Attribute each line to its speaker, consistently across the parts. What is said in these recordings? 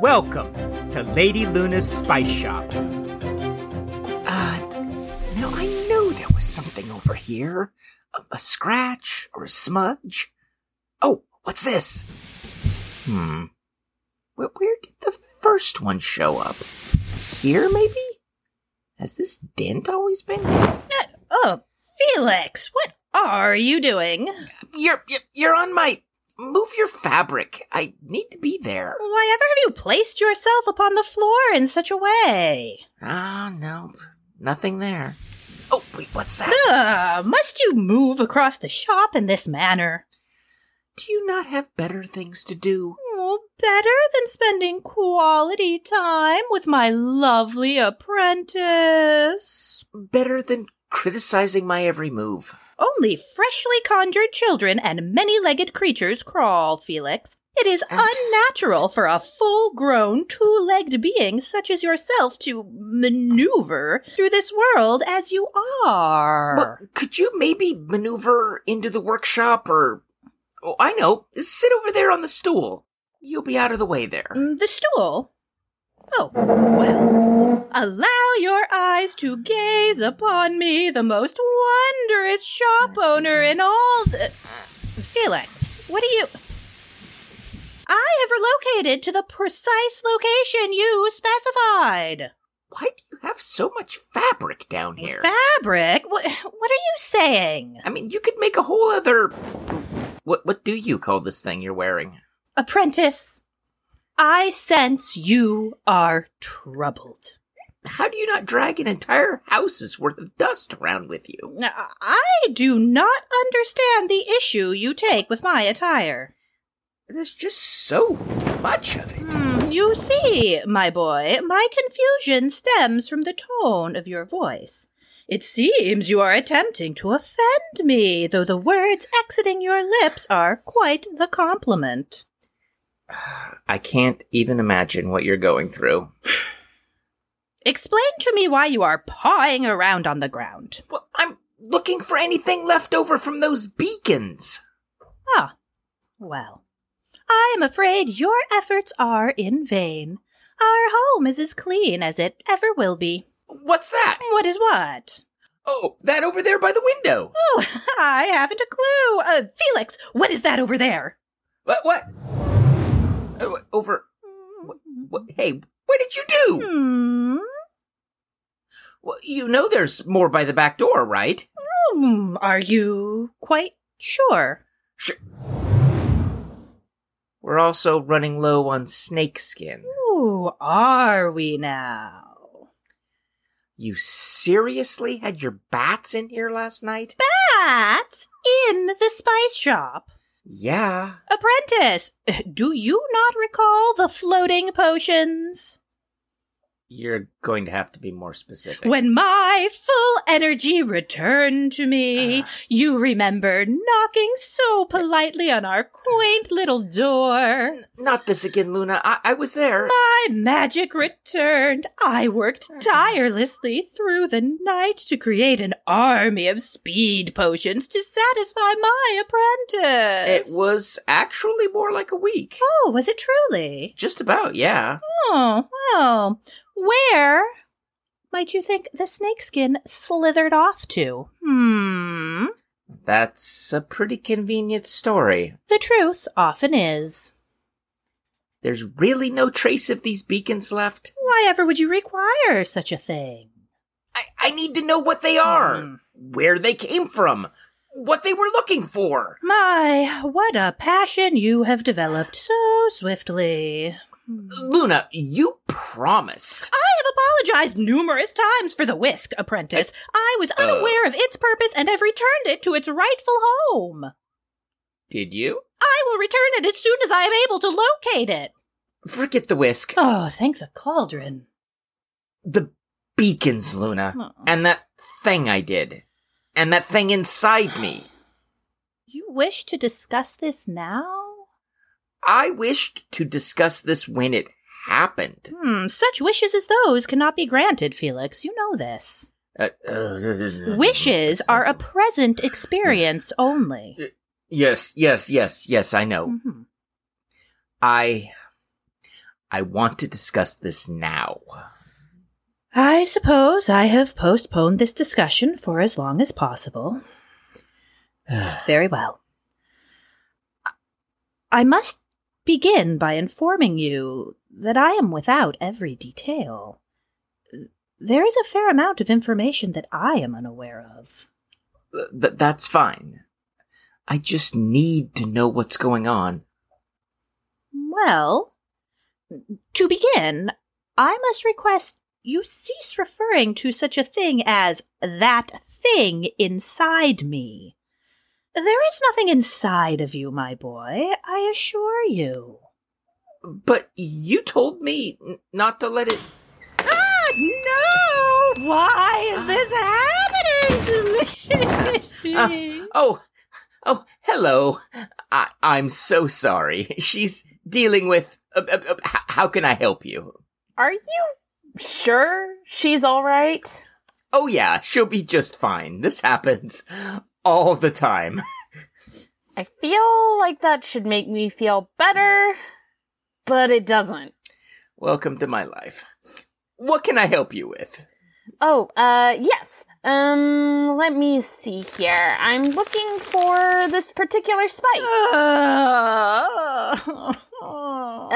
Speaker 1: Welcome to Lady Luna's Spice Shop. Uh, now I knew there was something over here. A, a scratch or a smudge. Oh, what's this? Hmm. Where, where did the first one show up? Here, maybe? Has this dent always been here?
Speaker 2: Oh, Felix, what are you doing?
Speaker 1: You're, you're, you're on my. Move your fabric. I need to be there.
Speaker 2: Why ever have you placed yourself upon the floor in such a way?
Speaker 1: Ah, nope. Nothing there. Oh, wait, what's that?
Speaker 2: Ugh, Ah, must you move across the shop in this manner?
Speaker 1: Do you not have better things to do?
Speaker 2: Oh, better than spending quality time with my lovely apprentice.
Speaker 1: Better than criticizing my every move.
Speaker 2: Only freshly conjured children and many legged creatures crawl, Felix. It is unnatural for a full grown, two legged being such as yourself to maneuver through this world as you are.
Speaker 1: Well, could you maybe maneuver into the workshop or. Oh, I know. Sit over there on the stool. You'll be out of the way there.
Speaker 2: Mm, The stool? Oh, well. Allow your eyes to gaze upon me, the most wondrous shop owner in all the. Felix, what are you. I have relocated to the precise location you specified.
Speaker 1: Why do you have so much fabric down here?
Speaker 2: Fabric? What, what are you saying?
Speaker 1: I mean, you could make a whole other. What what do you call this thing you're wearing?
Speaker 2: Apprentice, I sense you are troubled.
Speaker 1: How do you not drag an entire house's worth of dust around with you?
Speaker 2: Now, I do not understand the issue you take with my attire.
Speaker 1: There's just so much of it.
Speaker 2: Hmm, you see, my boy, my confusion stems from the tone of your voice. It seems you are attempting to offend me, though the words exiting your lips are quite the compliment.
Speaker 1: I can't even imagine what you're going through.
Speaker 2: Explain to me why you are pawing around on the ground.
Speaker 1: Well, I'm looking for anything left over from those beacons.
Speaker 2: Ah, well. I am afraid your efforts are in vain. Our home is as clean as it ever will be.
Speaker 1: What's that?
Speaker 2: What is what?
Speaker 1: Oh, that over there by the window.
Speaker 2: Oh, I haven't a clue. Uh, Felix, what is that over there?
Speaker 1: What? What? Uh, what- Over. What, hey, what did you do?
Speaker 2: Hmm.
Speaker 1: Well, you know there's more by the back door, right?
Speaker 2: Hmm. Are you quite sure?
Speaker 1: We're also running low on snakeskin.
Speaker 2: Ooh, are we now?
Speaker 1: You seriously had your bats in here last night?
Speaker 2: That's in the spice shop.
Speaker 1: Yeah.
Speaker 2: Apprentice, do you not recall the floating potions?
Speaker 1: You're going to have to be more specific.
Speaker 2: When my full energy returned to me,
Speaker 1: Ah.
Speaker 2: you remember knocking so politely on our quaint little door.
Speaker 1: N- Not this again, Luna. I, I was there.
Speaker 2: My magic returned. I worked tirelessly through the night to create an army of speed potions to satisfy my
Speaker 1: It
Speaker 2: apprentice.
Speaker 1: was actually more like a week.
Speaker 2: Oh, was it truly?
Speaker 1: Just about, yeah.
Speaker 2: Oh, well. Where might you think the snakeskin slithered off to? Hmm.
Speaker 1: That's a pretty convenient story.
Speaker 2: The truth often is.
Speaker 1: There's really no trace of these beacons left.
Speaker 2: Why ever would you require such a thing?
Speaker 1: I, I need to know what they are,
Speaker 2: Hmm.
Speaker 1: where they came from, what they were looking for.
Speaker 2: My, what a passion you have developed so swiftly.
Speaker 1: Luna, you promised.
Speaker 2: I have apologized numerous times for the whisk, apprentice. I was
Speaker 1: Uh.
Speaker 2: unaware of its purpose and have returned it to its rightful home.
Speaker 1: Did you?
Speaker 2: I will return it as soon as I am able to locate it.
Speaker 1: Forget the whisk.
Speaker 2: Oh, thank the cauldron.
Speaker 1: The beacons, Luna.
Speaker 2: Oh.
Speaker 1: And that thing I did. And that thing inside me.
Speaker 2: You wish to discuss this now?
Speaker 1: I wished to discuss this when it happened.
Speaker 2: Hmm, such wishes as those cannot be granted, Felix. You know this.
Speaker 1: Uh, uh,
Speaker 2: Wishes are a present experience only. Mm. Mm-hmm.
Speaker 1: Yes, yes, yes, yes, I know.
Speaker 2: Mhm.
Speaker 1: I I want to discuss this now.
Speaker 2: I suppose I have postponed this discussion for as long as possible. Very well. I must begin by informing you that I am without every detail. There is a fair amount of information that I am unaware of.
Speaker 1: Th- that's fine. I just need to know what's going on.
Speaker 2: Well, to begin, I must request you cease referring to such a thing as that thing inside me. There is nothing inside of you, my boy, I assure you.
Speaker 1: But you told me n- not to let it.
Speaker 2: Ah, no! Why is this happening to me?
Speaker 1: Uh, Oh, oh, hello. I- I'm so sorry. She's dealing with. Uh, uh, uh, h- how can I help you?
Speaker 3: Are you sure she's all right?
Speaker 1: Oh, yeah, she'll be just fine. This happens all the time.
Speaker 3: I feel like that should make me feel better, but it doesn't.
Speaker 1: Welcome to my life. What can I help you with?
Speaker 3: Oh, uh, yes. Um, let me see here. I'm looking for this particular spice. Uh,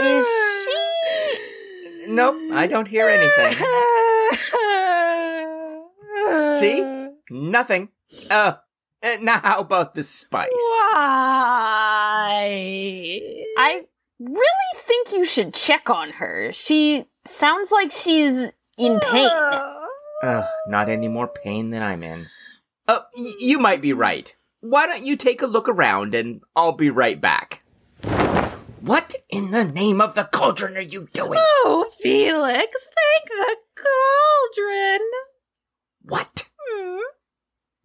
Speaker 3: is she?
Speaker 1: Nope, I don't hear anything. See? Nothing. Uh, uh, now how about the spice?
Speaker 2: Why?
Speaker 3: I really think you should check on her. She sounds like she's
Speaker 2: Uh.
Speaker 3: in pain.
Speaker 1: Ugh, not any more pain than I'm in. Uh, y- you might be right. Why don't you take a look around and I'll be right back. What in the name of the cauldron are you doing?
Speaker 2: Oh, Felix, thank the cauldron.
Speaker 1: What?
Speaker 2: Hmm.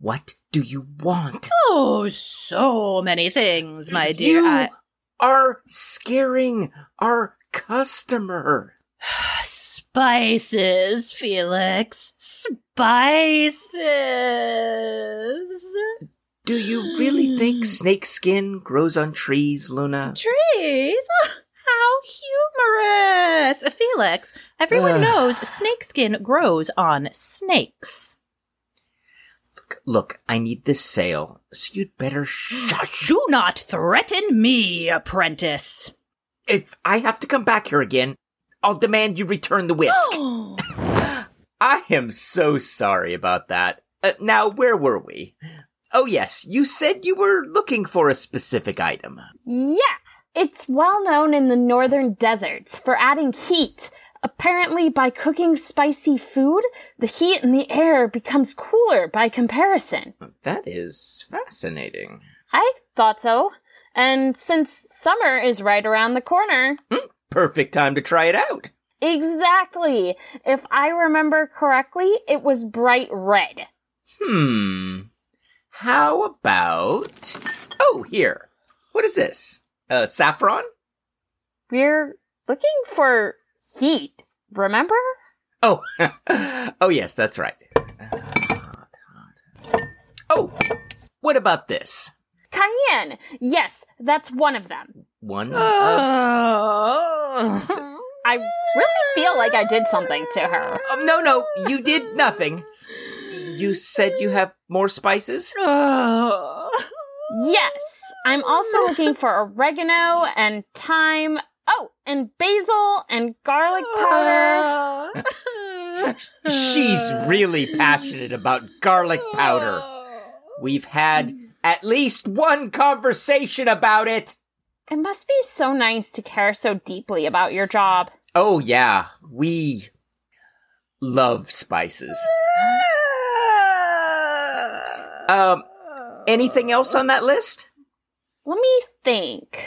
Speaker 1: What do you want?
Speaker 2: Oh, so many things, my dear.
Speaker 1: You
Speaker 2: I-
Speaker 1: are scaring our customer.
Speaker 2: Spices, Felix. Spices.
Speaker 1: Do you really think snakeskin grows on trees, Luna?
Speaker 2: Trees? How humorous. Felix, everyone
Speaker 1: Ugh.
Speaker 2: knows snakeskin grows on snakes.
Speaker 1: Look, I need this sale, so you'd better shush.
Speaker 2: Do not threaten me, apprentice.
Speaker 1: If I have to come back here again, I'll demand you return the whisk. I am so sorry about that. Uh, now, where were we? Oh, yes, you said you were looking for a specific item.
Speaker 3: Yeah, it's well known in the northern deserts for adding heat. Apparently, by cooking spicy food, the heat in the air becomes cooler by comparison.
Speaker 1: That is fascinating.
Speaker 3: I thought so. And since summer is right around the corner,
Speaker 1: Perfect time to try it out.
Speaker 3: exactly. If I remember correctly, it was bright red.
Speaker 1: Hmm. How about. Oh, here. What is this? Uh, saffron?
Speaker 3: We're looking for heat, remember?
Speaker 1: Oh, oh yes, that's right. Oh, what about this?
Speaker 3: Cayenne! Yes, that's one of them.
Speaker 1: One
Speaker 2: Ah.
Speaker 1: of.
Speaker 2: Oh.
Speaker 3: I really feel like I did something to her.
Speaker 1: Oh, no, no, you did nothing. You said you have more spices?
Speaker 2: Oh.
Speaker 3: Yes. I'm also looking for oregano and thyme. Oh, and basil and garlic
Speaker 2: Ah.
Speaker 3: powder.
Speaker 1: She's really passionate about garlic powder. We've had at least one conversation about it.
Speaker 3: It must be so nice to care so deeply about your job.
Speaker 1: Oh, yeah, we love spices. Um, anything else on that list?
Speaker 3: Let me think.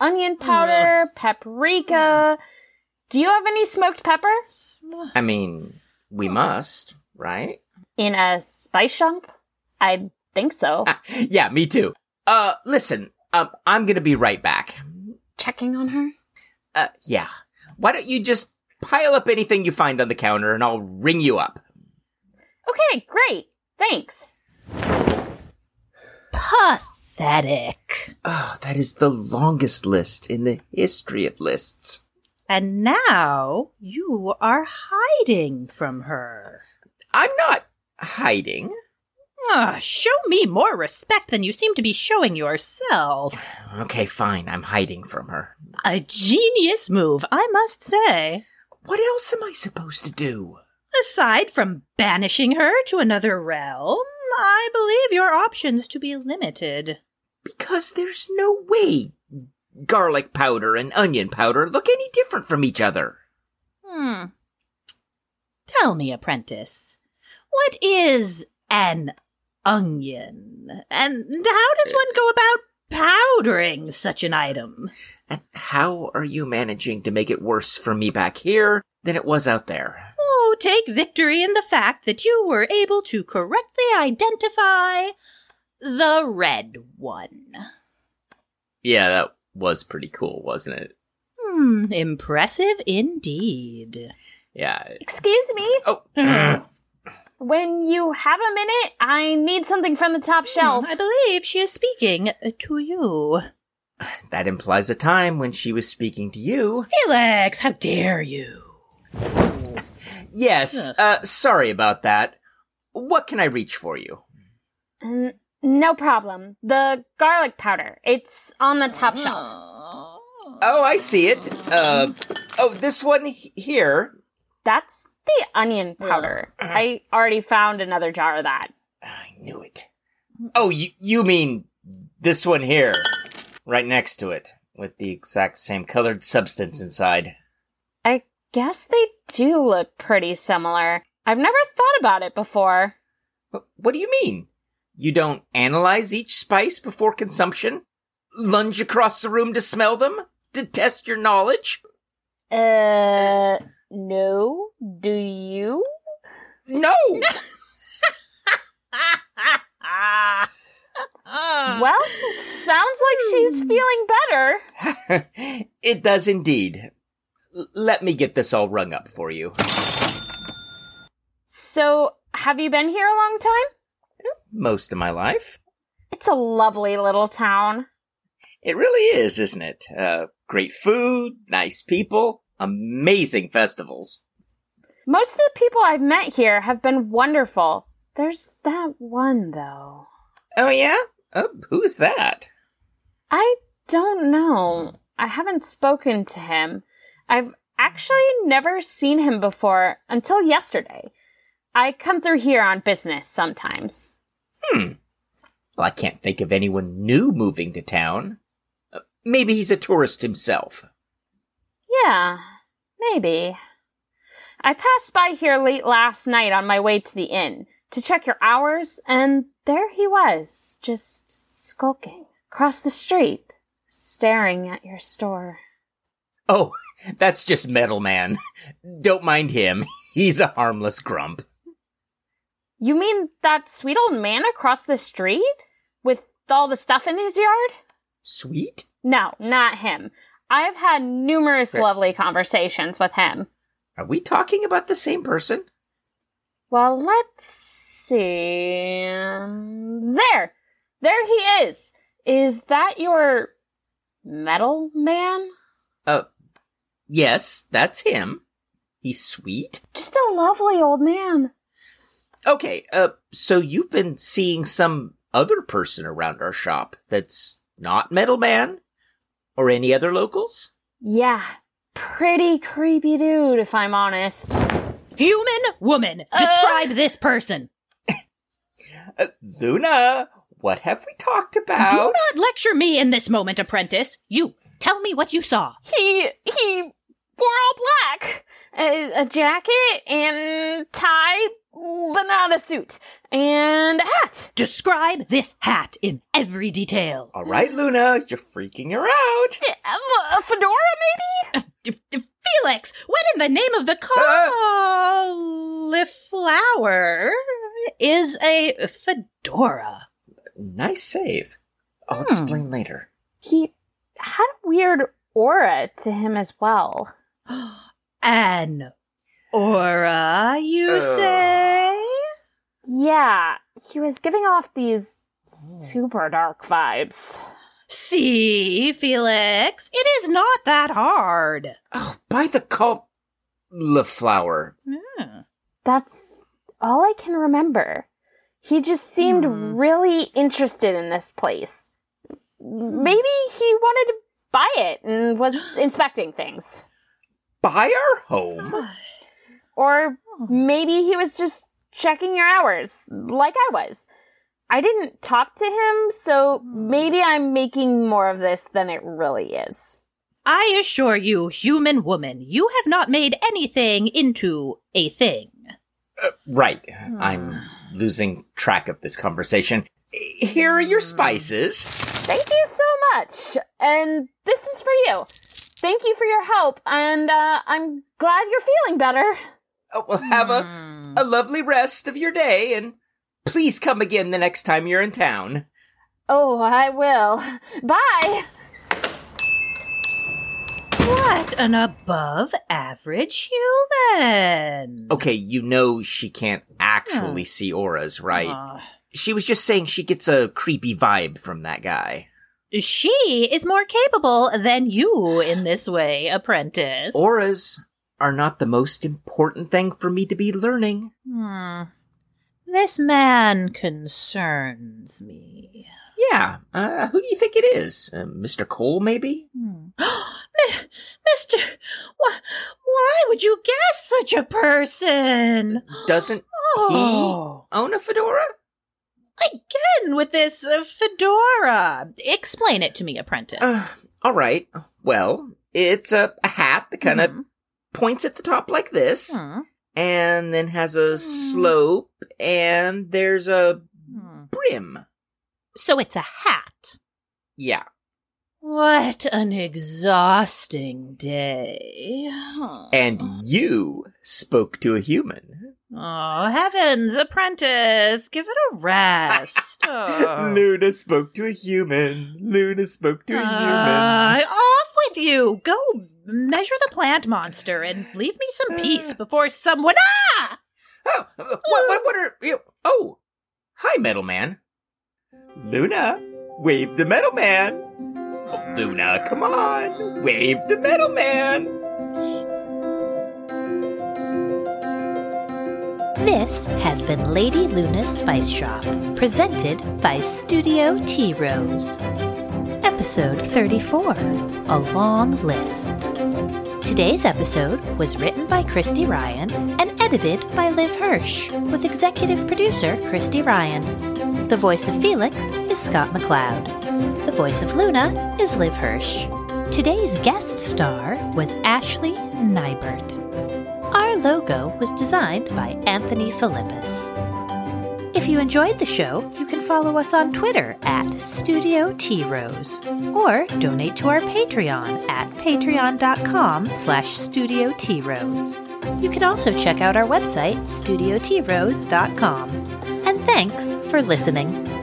Speaker 3: Onion powder, paprika. Do you have any smoked pepper?
Speaker 1: I mean, we must, right?
Speaker 3: In a spice shop? I think so.
Speaker 1: Ah, yeah, me too. Uh, listen, um, I'm gonna be right back.
Speaker 3: Checking on her?
Speaker 1: Uh, yeah. Why don't you just pile up anything you find on the counter and I'll ring you up?
Speaker 3: Okay, great. Thanks.
Speaker 2: Pathetic. pathetic.
Speaker 1: Oh, that is the longest list in the history of lists.
Speaker 2: And now you are hiding from her.
Speaker 1: I'm not hiding.
Speaker 2: Ah, show me more respect than you seem to be showing yourself.
Speaker 1: Okay, fine. I'm hiding from her.
Speaker 2: A genius move, I must say.
Speaker 1: What else am I supposed to do?
Speaker 2: Aside from banishing her to another realm, I believe your options to be limited.
Speaker 1: Because there's no way garlic powder and onion powder look any different from each other.
Speaker 2: Hmm. Tell me, apprentice, what is an onion? And how does one go about powdering such an item?
Speaker 1: And how are you managing to make it worse for me back here than it was out there?
Speaker 2: Oh, take victory in the fact that you were able to correctly identify the red one.
Speaker 1: Yeah, that was pretty cool, wasn't it?
Speaker 2: Hmm, impressive indeed.
Speaker 1: Yeah.
Speaker 3: Excuse me?
Speaker 1: Oh,
Speaker 3: When you have a minute, I need something from the top shelf.
Speaker 2: I believe she is speaking to you.
Speaker 1: that implies a time when she was speaking to you.
Speaker 2: Felix, how dare you?
Speaker 1: Yes, uh, sorry about that. What can I reach for you?
Speaker 3: N- no problem. The garlic powder. It's on the
Speaker 2: Hmm.
Speaker 3: top shelf.
Speaker 1: Oh, I see it. Uh, oh, this one h- here.
Speaker 3: That's the onion powder. I already found another jar of that.
Speaker 1: I knew it. Oh, you, you mean this one here, right next to it, with the exact same colored substance inside.
Speaker 3: I guess they do look pretty similar. I've never thought about it before.
Speaker 1: Wh- What do you mean? You don't analyze each spice before consumption? Lunge across the room to smell them? To test your knowledge?
Speaker 3: Uh, no. Do you?
Speaker 1: No!
Speaker 2: Uh.
Speaker 3: Well, sounds like she's feeling better.
Speaker 1: it does indeed. L- let me get this all rung up for you.
Speaker 3: So, have you been here a long time?
Speaker 1: Most of my life.
Speaker 3: It's a lovely little town.
Speaker 1: It really is, isn't it? Uh, great food, nice people, amazing festivals.
Speaker 3: Most of the people I've met here have been wonderful. There's that one, though.
Speaker 1: Oh yeah? Oh, who's that?
Speaker 3: I don't know. I haven't spoken to him. I've actually never seen him before until yesterday. I come through here on business sometimes.
Speaker 1: Well, I can't think of anyone new moving to town. Uh, maybe he's a tourist himself.
Speaker 3: Yeah, maybe. I passed by here late last night on my way to the inn to check your hours, and there he was, just skulking across the street, staring at your store.
Speaker 1: Oh, that's just Metal Man. Don't mind him. He's a harmless grump.
Speaker 3: You mean that sweet old man across the street? With all the stuff in his yard?
Speaker 1: Sweet?
Speaker 3: No, not him. I've had numerous
Speaker 1: Right.
Speaker 3: lovely conversations with him.
Speaker 1: Are we talking about the same person?
Speaker 3: Well, let's see. Um, There! There he is! Is that your metal man?
Speaker 1: Uh, Yes, that's him. He's sweet?
Speaker 3: Just a lovely old man.
Speaker 1: Okay, uh, so you've been seeing some other person around our shop that's not Metal Man? Or any other locals?
Speaker 3: Yeah, pretty creepy dude, if I'm honest.
Speaker 2: Human woman,
Speaker 3: Uh.
Speaker 2: describe this person.
Speaker 1: Uh, Luna, what have we talked
Speaker 2: Do
Speaker 1: about?
Speaker 2: not lecture me in this moment, apprentice. You, tell me what you saw.
Speaker 3: He, he wore all black. A, a jacket and tie, but not a suit. And a hat.
Speaker 2: Describe this hat in every detail.
Speaker 1: All right, Luna, you're freaking her out.
Speaker 3: Yeah, A fedora, maybe?
Speaker 2: F- F- Felix, what in the name of the cauliflower is a fedora?
Speaker 1: Nice save. I'll
Speaker 2: Hmm.
Speaker 1: explain later.
Speaker 3: he had a weird aura to him as well.
Speaker 2: An aura, you
Speaker 1: Uh.
Speaker 2: say?
Speaker 3: Yeah, he was giving off these Super dark vibes.
Speaker 2: See, Felix, it is not that hard.
Speaker 1: Oh, by the cult flower.
Speaker 3: That's all I can remember. He just seemed
Speaker 2: Hmm.
Speaker 3: really interested in this place. Maybe he wanted to buy it and was inspecting things.
Speaker 1: Buy our home?
Speaker 3: Or maybe he was just checking your hours, like I was. I didn't talk to him, so maybe I'm making more of this than it really is.
Speaker 2: I assure you, human woman, you have not made anything into a thing.
Speaker 1: Right. I'm losing track of this conversation. Here are your spices.
Speaker 3: Thank you so much. And this is for you. Thank you for your help, and uh, I'm glad you're feeling better.
Speaker 1: Oh, well, have
Speaker 2: Hmm.
Speaker 1: a, a lovely rest of your day and please come again the next time you're in town.
Speaker 3: Oh, I will. Bye!
Speaker 2: What an above average human.
Speaker 1: Okay, you know she can't actually see auras, right?
Speaker 2: Uh,
Speaker 1: She was just saying she gets a creepy vibe from that guy.
Speaker 2: she is more capable than you in this way, apprentice.
Speaker 1: Auras are not the most important thing for me to be learning.
Speaker 2: Hmm. This man concerns me.
Speaker 1: Yeah, uh, who do you think it is? Uh, Mr. Cole, maybe?
Speaker 2: Hmm. Mister, why, why would you guess such a person?
Speaker 1: Doesn't
Speaker 2: Oh.
Speaker 1: he own a fedora?
Speaker 2: Again with this uh, fedora. Explain it to me, apprentice.
Speaker 1: Uh, all right. Well, it's a, a hat that kind of points at the top like this,
Speaker 2: Mm-hmm. Hmm.
Speaker 1: and then has a slope, and there's a
Speaker 2: Hmm.
Speaker 1: brim.
Speaker 2: So it's a hat.
Speaker 1: Yeah.
Speaker 2: What an exhausting day.
Speaker 1: And you spoke to a human.
Speaker 2: Oh, heavens, apprentice, give it a rest. Oh.
Speaker 1: Luna spoke to a human. Luna spoke to a
Speaker 2: Uh,
Speaker 1: human.
Speaker 2: off with you! Go measure the plant monster and leave me some peace before someone. Ah!
Speaker 1: Oh, what, what, what are you? Oh, hi, Metal Man. Luna, wave the Metal Man. Oh, Luna, come on, wave the Metal Man.
Speaker 4: This has been Lady Luna's Spice Shop, presented by Studio T Rose. Episode 34 A Long List. Today's episode was written by Christy Ryan and edited by Liv Hirsch, with executive producer Christy Ryan. The voice of Felix is Scott McLeod. The voice of Luna is Liv Hirsch. Today's guest star was Ashley Nybert. Our logo was designed by Anthony Philippus. If you enjoyed the show, you can follow us on Twitter at Studio T Rose or donate to our Patreon at patreon.com slash Studio T Rose. You can also check out our website, studiotrose.com. And thanks for listening.